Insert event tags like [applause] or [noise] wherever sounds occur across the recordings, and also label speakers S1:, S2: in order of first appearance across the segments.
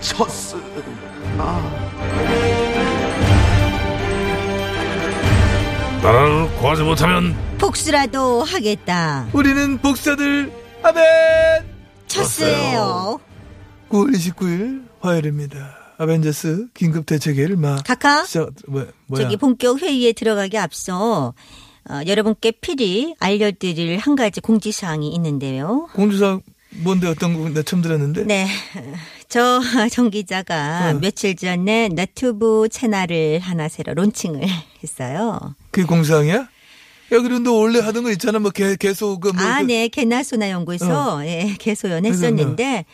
S1: 쳤스.
S2: 나라를 구하지 못하면
S3: 복수라도 하겠다.
S4: 우리는 복사들 아멘
S3: 첫스예요.
S4: 9월 29일 화요일입니다 아벤져스 긴급 대책회를 막
S3: 카카
S4: 시작 뭐, 뭐야
S3: 저기 본격 회의에 들어가기 앞서 어, 여러분께 필히 알려드릴 한 가지 공지사항이 있는데요.
S4: 공주상 뭔데 어떤 거나 처음 들었는데
S3: 네. [laughs] 저 정 기자가
S4: 어.
S3: 며칠 전에 너튜브 채널을 하나 새로 론칭을 [laughs] 했어요.
S4: 그게 공상이야? 야 그리고 너 원래 하던 거 있잖아 뭐 개, 계속 그 뭐,
S3: 아,
S4: 그,
S3: 네. 개나소나 연구에서 예, 개소연
S4: 그래서
S3: 했었는데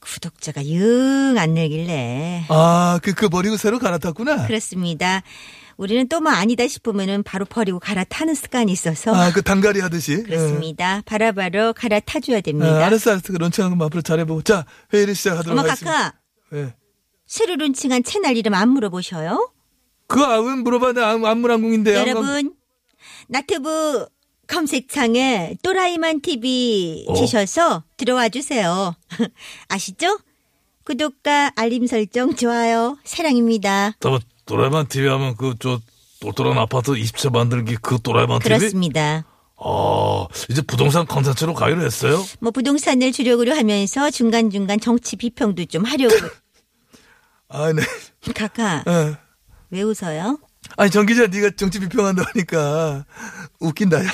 S3: 구독자가 영 안 늘길래
S4: 아, 그, 그 버리고 새로 갈아탔구나
S3: 그렇습니다. 우리는 또 뭐 아니다 싶으면은 바로 버리고 갈아타는 습관이 있어서
S4: 아, 그 단가리 하듯이
S3: 그렇죠. 그렇습니다. 바로바로 갈아타줘야
S4: 예.
S3: 됩니다.
S4: 아, 알았어 알았어 그 런칭하는 거 앞으로 잘해보고 자 회의를 시작하도록
S3: 어머
S4: 하겠습니다
S3: 카카
S4: 예.
S3: 새로 론칭한 채널 이름 안 물어보셔요?
S4: 그거 아, 왜 물어봐 나 암- 안물항공인데 암-
S3: 네, 여러분 나트브 검색창에 또라이만 TV
S4: 어.
S3: 치셔서 들어와 주세요. [laughs] 아시죠? 구독과 알림 설정 좋아요. 사랑입니다.
S2: 또 또라이만 TV 하면 그 저 똘똘한 아파트 20채 만들기 그 또라이만 TV?
S3: 그렇습니다.
S4: 네.
S2: 아 이제 부동산 컨텐츠로 가기로 했어요?
S3: 뭐 부동산을 주력으로 하면서 중간중간 정치 비평도 좀
S4: [laughs]
S3: 하려고.
S4: 아, 네
S3: 카카
S4: 예.
S3: 왜 웃어요?
S4: 아니 정 기자 네가 정치 비평한다 하니까 웃긴다 [laughs] 야.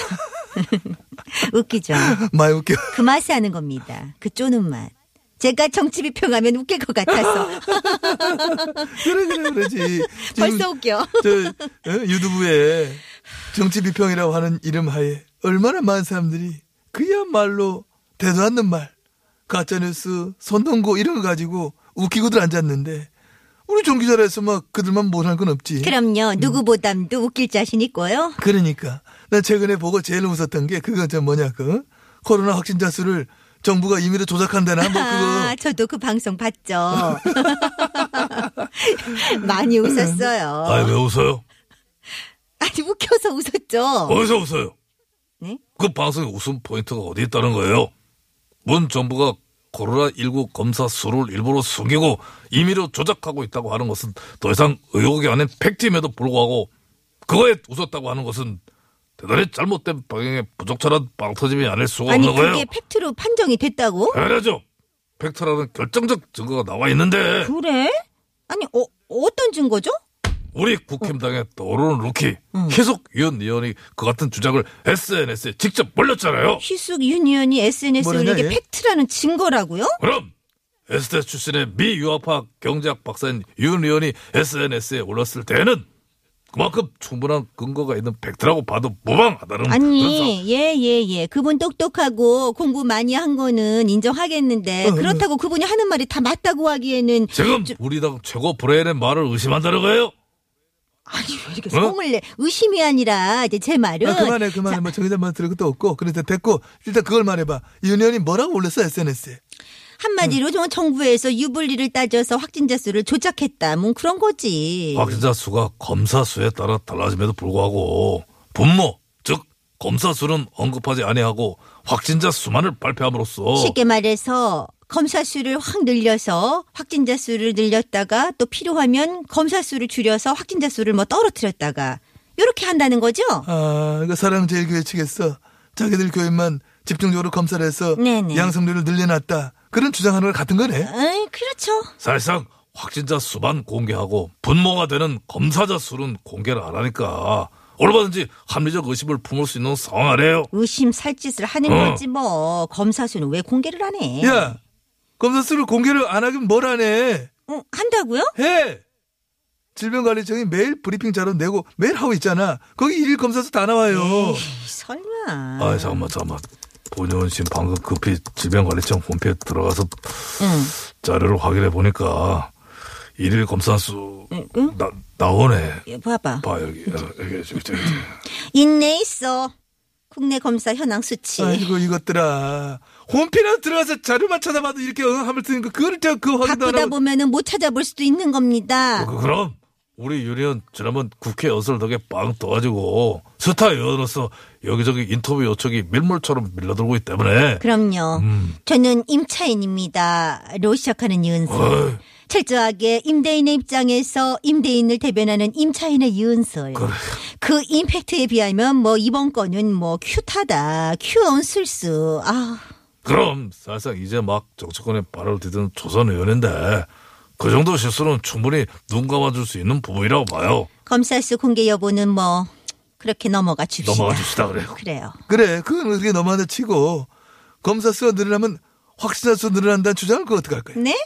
S3: 웃기죠.
S4: 많이 웃겨
S3: 그 맛에 하는 겁니다. 그 쪼는 맛. 제가 정치 비평하면 웃길 것 [laughs] 같아서
S4: 그래 그래
S3: [laughs]
S4: 그러지 지금
S3: 벌써 웃겨.
S4: 저 어? 유튜브에 정치 비평이라고 하는 이름 하에 얼마나 많은 사람들이 그야말로 대도 않는 말 가짜뉴스 선동고 이런 거 가지고 웃기고들 앉았는데 우리 정 기자라 해서 막 그들만 못할 건 없지
S3: 그럼요. 누구보담도 웃길 자신 있고요.
S4: 그러니까 난 최근에 보고 제일 웃었던 게 그거 저 뭐냐 그 코로나 확진자 수를 정부가 임의로 조작한다나 뭐
S3: [laughs]
S4: 그거
S3: 아, 어. 저도 그 방송 봤죠. [laughs] 많이 웃었어요.
S2: 아니 왜 웃어요?
S3: 아니 웃겨서 웃었죠.
S2: 어디서 웃어요?
S3: 네?
S2: 그 방송의 웃음 포인트가 어디 있다는 거예요? 문 정부가 코로나19 검사 수를 일부러 숨기고 임의로 조작하고 있다고 하는 것은 더 이상 의혹이 아닌 팩트임에도 불구하고 그거에 웃었다고 하는 것은 대단히 잘못된 방향의 부적절한 빵터짐이 아닐 수가
S3: 아니
S2: 없는 거예요.
S3: 그게 팩트로 판정이 됐다고?
S2: 당연하죠. 팩트라는 결정적 증거가 나와 있는데
S3: 그래? 아니 어, 어떤 증거죠?
S2: 우리 국힘당의 떠오르는 루키 희숙 윤 의원이 그 같은 주장을 SNS에 직접 올렸잖아요.
S3: 희숙 유니언이 SNS에
S4: 뭐라냐,
S3: 올린 게
S4: 얘?
S3: 팩트라는 증거라고요?
S2: 그럼 에스테 출신의 미 유학파 경제학 박사인 윤 의원이 SNS에 올렸을 때는 그만큼 충분한 근거가 있는 팩트라고 봐도
S4: 음,
S2: 무방하다는 그런
S3: 아니, 예, 예, 예. 그분 똑똑하고 공부 많이 한 거는 인정하겠는데,
S4: 어,
S3: 그렇다고 그분이 하는 말이 다 맞다고 하기에는,
S2: 사- 지금 우리 당 최고 브레인의 말을 의심한다는 거예요?
S3: 아니, 왜 이렇게
S2: 어?
S3: 성을 내. 의심이 아니라, 이제 제 말은.
S4: 아, 그만해 그만해 뭐 정의자 말 들을 것도 없고 그래서 됐고 일단 그걸 말해봐 윤 의원이 뭐라고 올렸어 SNS에 음.
S3: 한마디로 정- 정부에서 유불리를 따져서 확진자 수를 조작했다. 뭐 그런 거지.
S4: 아,
S2: 확진자 수가 검사 수에 따라 달라짐에도 불구하고 분모 즉 검사 수는 언급하지 아니하고 확진자 수만을 발표함으로써
S3: 쉽게 말해서, 검사 수를 확 늘려서 확진자 수를 늘렸다가 또 필요하면 검사 수를 줄여서 확진자 수를 뭐 떨어뜨렸다가 요렇게 한다는 거죠?
S4: 아 이거 사랑제일교회 측에서 자기들 교인만 집중적으로 검사를 해서
S3: 네네.
S4: 양성률을 늘려놨다 그런 주장하는 걸 같은 거네
S3: 에이, 그렇죠.
S2: 사실상 확진자 수만 공개하고 분모가 되는 검사자 수는 공개를 안 하니까 얼마든지 합리적 의심을 품을 수 있는 상황 아래요.
S3: 의심 살짓을 하는
S2: 어.
S3: 거지 뭐 검사 수는 왜 공개를 안 해?
S4: 야 검사 수를 공개를 안 하긴 뭘 하네
S3: 어, 한다고요?
S4: 해 질병관리청이 매일 브리핑 자료 내고 매일 하고 있잖아 거기 일일 검사 수 다 나와요
S3: 에이, 설마.
S2: 아 잠깐만 잠깐만. 본의원 씨 방금 급히 질병관리청 홈페이지 들어가서
S3: 응.
S2: 자료를 확인해 보니까 일일 검사 수 나, 나오네.
S3: 예, 봐봐.
S2: 봐 여기 어, 여기 저기 저기.
S3: 있네 있어. 국내 검사 현황 수치.
S4: 아이고 이것들아 홈피나 들어가서 자료만 찾아봐도 이렇게 응 하면 뜨니까 그거를 제가 그거 확인도 안
S3: 바쁘다
S4: 하고
S3: 보면은 못 찾아볼 수도 있는 겁니다.
S2: 그- 그럼 우리 유리언 지난번 국회 연설 덕에 빵 떠가지고 스타 의원으로서 여기저기 인터뷰 요청이 밀물처럼 밀려들고 있기 때문에
S3: 그럼요. 저는 임차인입니다로 시작하는 이은설.
S2: 어이.
S3: 철저하게 임대인의 입장에서 임대인을 대변하는 임차인의 이은설. 그 임팩트에 비하면 뭐 이번 건은 뭐 큐타다, 큐어온 술수. 아,
S2: 그럼 사실상 이제 막 정치권에 발을 디딘 조선 의원인데 그 정도 실수는 충분히 눈 감아줄 수 있는 부분이라고 봐요.
S3: 검찰수 공개 여부는 뭐 그렇게 넘어가 줍시다.
S2: 넘어가 줍시다 그래요.
S3: 그래요.
S4: 그래 그건 그렇게 넘어간다 치고 검사 수가 늘어나면 확진자 수 늘어난다는 주장을 그거 어떡할 거야
S3: 네?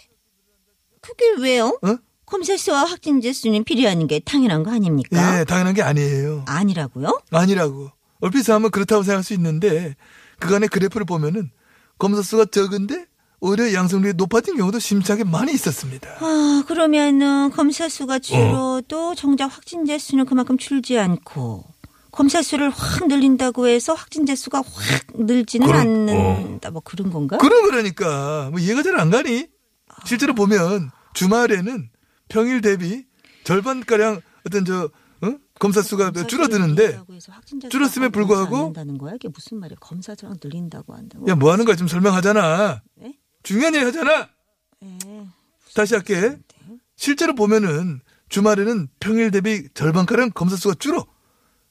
S3: 그게 왜요?
S4: 어?
S3: 검사수와 확진자 수는 비례하는 게 당연한 거 아닙니까?
S4: 예 당연한 게 아니에요
S3: 아니라고요?
S4: 아니라고 얼핏 하면 그렇다고 생각할 수 있는데 그간의 그래프를 보면은 검사 수가 적은데 오히려 양성률이 높아진 경우도 심차게 많이 있었습니다
S3: 아, 그러면은 검사 수가 줄어도 정작 확진자 수는 그만큼 줄지 않고 검사 수를 확 늘린다고 해서 확진자 수가 확 늘지는
S2: 그럼,
S3: 않는다. 뭐 그런 건가?
S4: 어. 그런 거라니까 뭐 이해가 잘 안 가니 실제로 보면 주말에는 평일 대비 절반가량 어떤 저 어? 검사 수가
S3: 검사 수를
S4: 줄어드는데
S3: 늘린다고 해서 확진자 수가
S4: 줄었음에
S3: 확 늘지
S4: 불구하고
S3: 않는다는 거야? 이게 무슨 말이야? 검사 수랑 늘린다고 한다고.
S4: 야, 뭐 하는 거야? 지금 설명하잖아.
S3: 네?
S4: 중요한 일 하잖아. 다시 할게.
S3: 네.
S4: 실제로 보면은 주말에는 평일 대비 절반가량 검사 수가 줄어.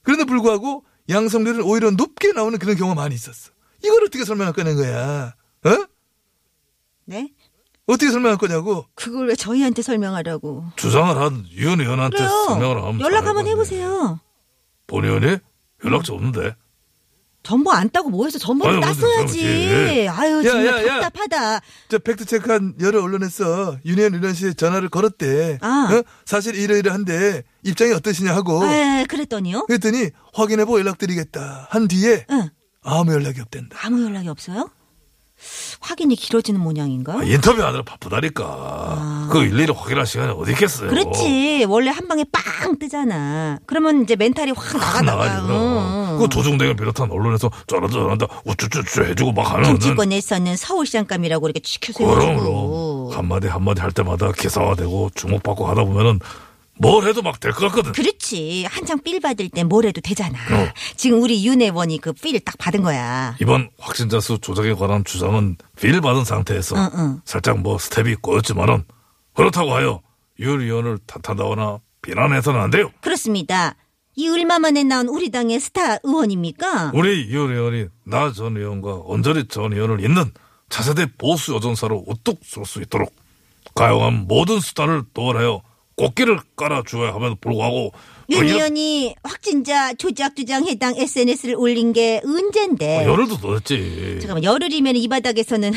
S4: 그런데 불구하고 양성률은 오히려 높게 나오는 그런 경우가 많이 있었어. 이걸 어떻게 설명할 거는 거야? 어?
S3: 네?
S4: 어떻게 설명할 거냐고?
S3: 그걸 왜 저희한테 설명하라고?
S2: 주장을 한 유은 의원한테 설명을
S3: 그래요.
S2: 하면
S3: 연락
S2: 잘할
S3: 한번
S2: 건데.
S3: 해보세요.
S2: 본 의원이 연락처 없는데
S3: 전보 안 따고 뭐해서 전보를
S2: 아유, 맞아,
S3: 땄어야지.
S2: 그렇지.
S3: 아유
S4: 야,
S3: 정말
S4: 야, 야.
S3: 답답하다.
S4: 저 팩트 체크한 여러 언론에서 윤희연 의원 씨에 전화를 걸었대.
S3: 아.
S4: 어? 사실 이러이러한데 입장이 어떠시냐 하고.
S3: 에 그랬더니요.
S4: 그랬더니 확인해보고 연락드리겠다. 한 뒤에
S3: 응.
S4: 아무 연락이 없댄다.
S3: 아무 연락이 없어요? 확인이 길어지는 모양인가?
S2: 아, 인터뷰하느라 바쁘다니까 그 일일이 확인할 시간이 어디 있겠어요
S3: 아. 그렇지. 원래 한 방에 빵 뜨잖아. 그러면 이제 멘탈이 확 나가다가
S2: 탁
S3: 어.
S2: 나가지
S3: 응,
S2: 그럼
S3: 응.
S2: 그 조중대가 비롯한 언론에서 저런다 저런다 우쭈쭈쭈 해주고 막 하는
S3: 정치권에서는 서울시장감이라고 이렇게 지켜서
S2: 그럼
S3: 해가지고.
S2: 그럼 한마디 한마디 할 때마다 기사화되고 주목받고 하다 보면은 뭘 해도 막 될 것 같거든
S3: 그렇지. 한창 삘 받을 땐 뭘 해도 되잖아.
S2: 어.
S3: 지금 우리 윤혜원이 그 삘을 딱 받은 거야.
S2: 이번 확진자 수 조작에 관한 주장은 빌 받은 상태에서
S3: 응, 응.
S2: 살짝 뭐 스텝이 꼬였지만은 그렇다고 하여 윤 의원을 탓한다거나 비난해서는 안 돼요
S3: 그렇습니다. 이 얼마 만에 나온 우리 당의 스타 의원입니까?
S4: 어,
S2: 우리 윤 의원이 나 전 의원과 언저리 전 의원을 잇는 차세대 보수 여전사로 우뚝 설 수 있도록 가용한 모든 수단을 동원하여 꽃길을 깔아주어야 하면 불구하고
S3: 윤
S2: 의원-
S3: 의원이 확진자 조작 주장 해당 SNS를 올린 게
S4: 어,
S3: 언젠데.
S2: 의원을 또 넣었지
S3: 잠깐만 열흘이면 이 바닥에서는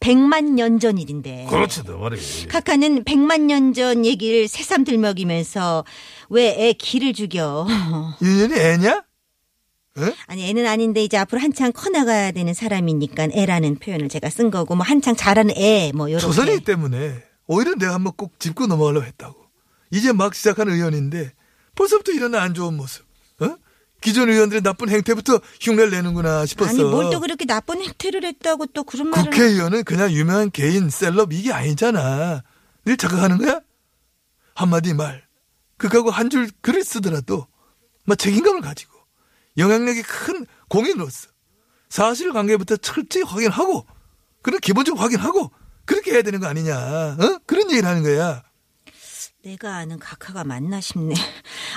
S3: 100만 년 전 일인데.
S2: 그렇지 내 말이
S3: 카카는 100만 년 전 얘기를 새삼 들먹이면서 왜 애 기를 죽여. [laughs]
S4: 윤희연이 애냐? 어?
S3: 아니 애는 아닌데 이제 앞으로 한창 커나가야 되는 사람이니까 애라는 표현을 제가 쓴 거고 뭐 한창 자라는 애뭐 요런
S4: 조선이기 때문에 오히려 내가 한번 꼭 짚고 넘어가려고 했다고. 이제 막 시작한 의원인데 벌써부터 이런 안 좋은 모습. 어? 기존 의원들의 나쁜 행태부터 흉내를 내는구나 싶었어.
S3: 아니 뭘 또 그렇게 나쁜 행태를 했다고 또 그런 말을
S4: 국회의원은 그냥 유명한 개인 셀럽 이게 아니잖아. 늘 착각하는 거야? 한마디 말, 극하고 한 줄 글을 쓰더라도 막 책임감을 가지고 영향력이 큰 공인으로서 사실관계부터 철저히 확인하고 그런 기본적으로 확인하고 그렇게 해야 되는 거 아니냐? 어? 그런 얘기를 하는 거야.
S3: 내가 아는 각하가 맞나 싶네. [laughs]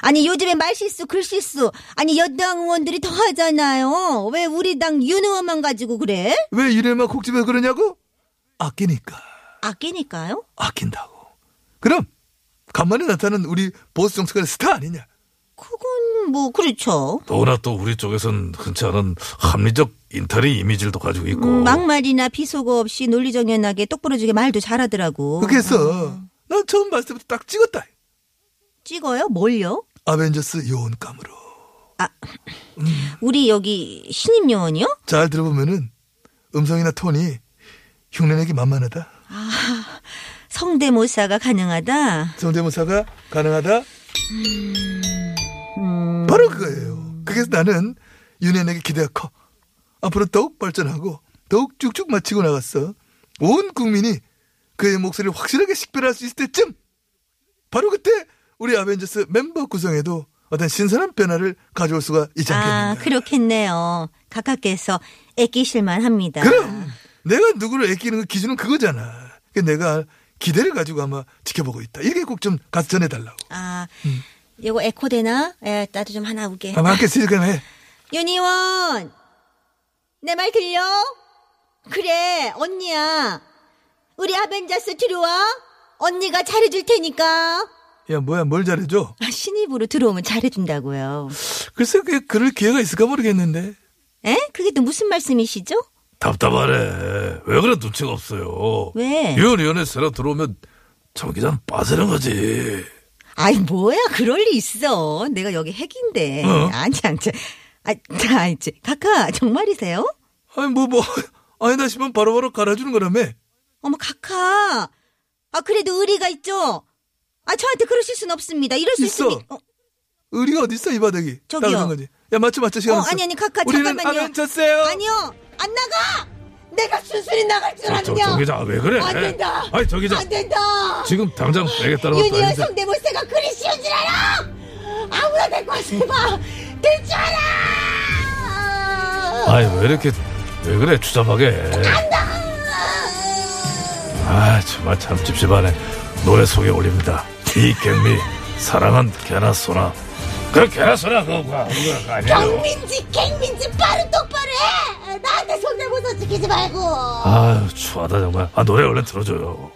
S3: 아니 요즘에 말실수 글실수 아니 여당 의원들이 더 하잖아요. 왜 우리 당 윤 의원만 가지고 그래?
S4: 왜 이래만 콕 집어 그러냐고? 아끼니까.
S3: 아끼니까요.
S4: 아낀다고. 그럼 간만에 나타난 우리 보스 정책관의 스타 아니냐?
S3: 그건 뭐 그렇죠.
S2: 더구나 또 우리 쪽에선 흔치 않은 합리적 인터리 이미지를 또 가지고 있고
S3: 음, 막말이나 비속어 없이 논리정연하게 똑부러지게 말도 잘하더라고.
S4: 그렇게 해서 난 처음 봤을 때부터 딱 찍었다.
S3: 찍어요? 뭘요?
S4: 아벤져스 요원감으로
S3: 우리 여기 신임 요원이요?
S4: 잘 들어보면은 음성이나 톤이 흉내내기 만만하다.
S3: 성대모사가 가능하다.
S4: 성대모사가 가능하다? 바로 그거예요. 그래서 나는 윤현에게 기대가 커. 앞으로 더욱 발전하고 더욱 쭉쭉 마치고 나갔어. 온 국민이 그의 목소리를 확실하게 식별할 수 있을 때쯤 바로 그때 우리 아벤져스 멤버 구성에도 어떤 신선한 변화를 가져올 수가 있지
S3: 아,
S4: 않겠는가.
S3: 그렇겠네요. 가깝게서 애끼실만 합니다.
S4: 그럼 내가 누구를 아끼는 그 기준은 그거잖아. 그러니까 내가 기대를 가지고 아마 지켜보고 있다. 이게 꼭 좀 가서 전해달라고.
S3: 아, 요거 에코 되나? 에, 나도 좀 하나 오게.
S4: 아마 함께 시작하면 해.
S3: 윤희원! 내 말 들려? 그래, 언니야. 우리 아벤자스 들어와. 언니가 잘해줄 테니까.
S4: 야 뭐야 뭘 잘해줘?
S3: 아, 신입으로 들어오면 잘해준다고요.
S4: 글쎄 그게 그럴 기회가 있을까 모르겠는데
S3: 에? 그게 또 무슨 말씀이시죠?
S2: 답답하네. 왜 그래 눈치가 없어요.
S3: 왜?
S4: 예?
S2: 유연위원회 새로 들어오면 정기장 빠지는 거지.
S3: 아이, 뭐야. 그럴 리 있어. 내가 여기 핵인데.
S2: 어?
S3: 아니, 아니, 아, 아, 이제. 카카, 정말이세요?
S4: 아니 뭐 뭐 아니다 싶으면 바로바로 갈아주는 거라며
S3: 어머, 카카. 아, 그래도 의리가 있죠? 아, 저한테 그러실 순 없습니다. 이럴 수
S4: 있어.
S3: 있습니- 어,
S4: 의리가 어딨어 이 바닥이
S3: 저기요.
S4: 따라간 거지 야 맞춰 맞춰 시간
S3: 어,
S4: 없어
S3: 아니, 아니, 카카,
S4: 우리는
S3: 잠깐만요.
S4: 아벤처스예요
S3: 아니요, 안 나가! 내가 순순히 나갈 줄
S2: 저, 정기장 왜 그래?
S3: 안 된다.
S2: 아니 정기장
S3: 된다!
S2: 지금 당장 빼겠다는 것도
S3: 윤희원
S2: 아닌데.
S3: 성대모사가 그리 쉬운 줄 알아! 아무나 데리고 와서 해봐! 될줄 알아!
S2: 아니 왜 이렇게 왜 그래 추잡하게? 아 정말 참 찝찝하네. 노래 소개 올립니다. 이경미 사랑은 개나 소나. 그래 개나 소나 그거 그거 그거 아니에요.
S3: 경민지, 갱민지, 빠른 똑바로 해! 나한테 성대모사 시키지 말고!
S2: 아유 추하다 정말. 아 노래 얼른 들어줘요.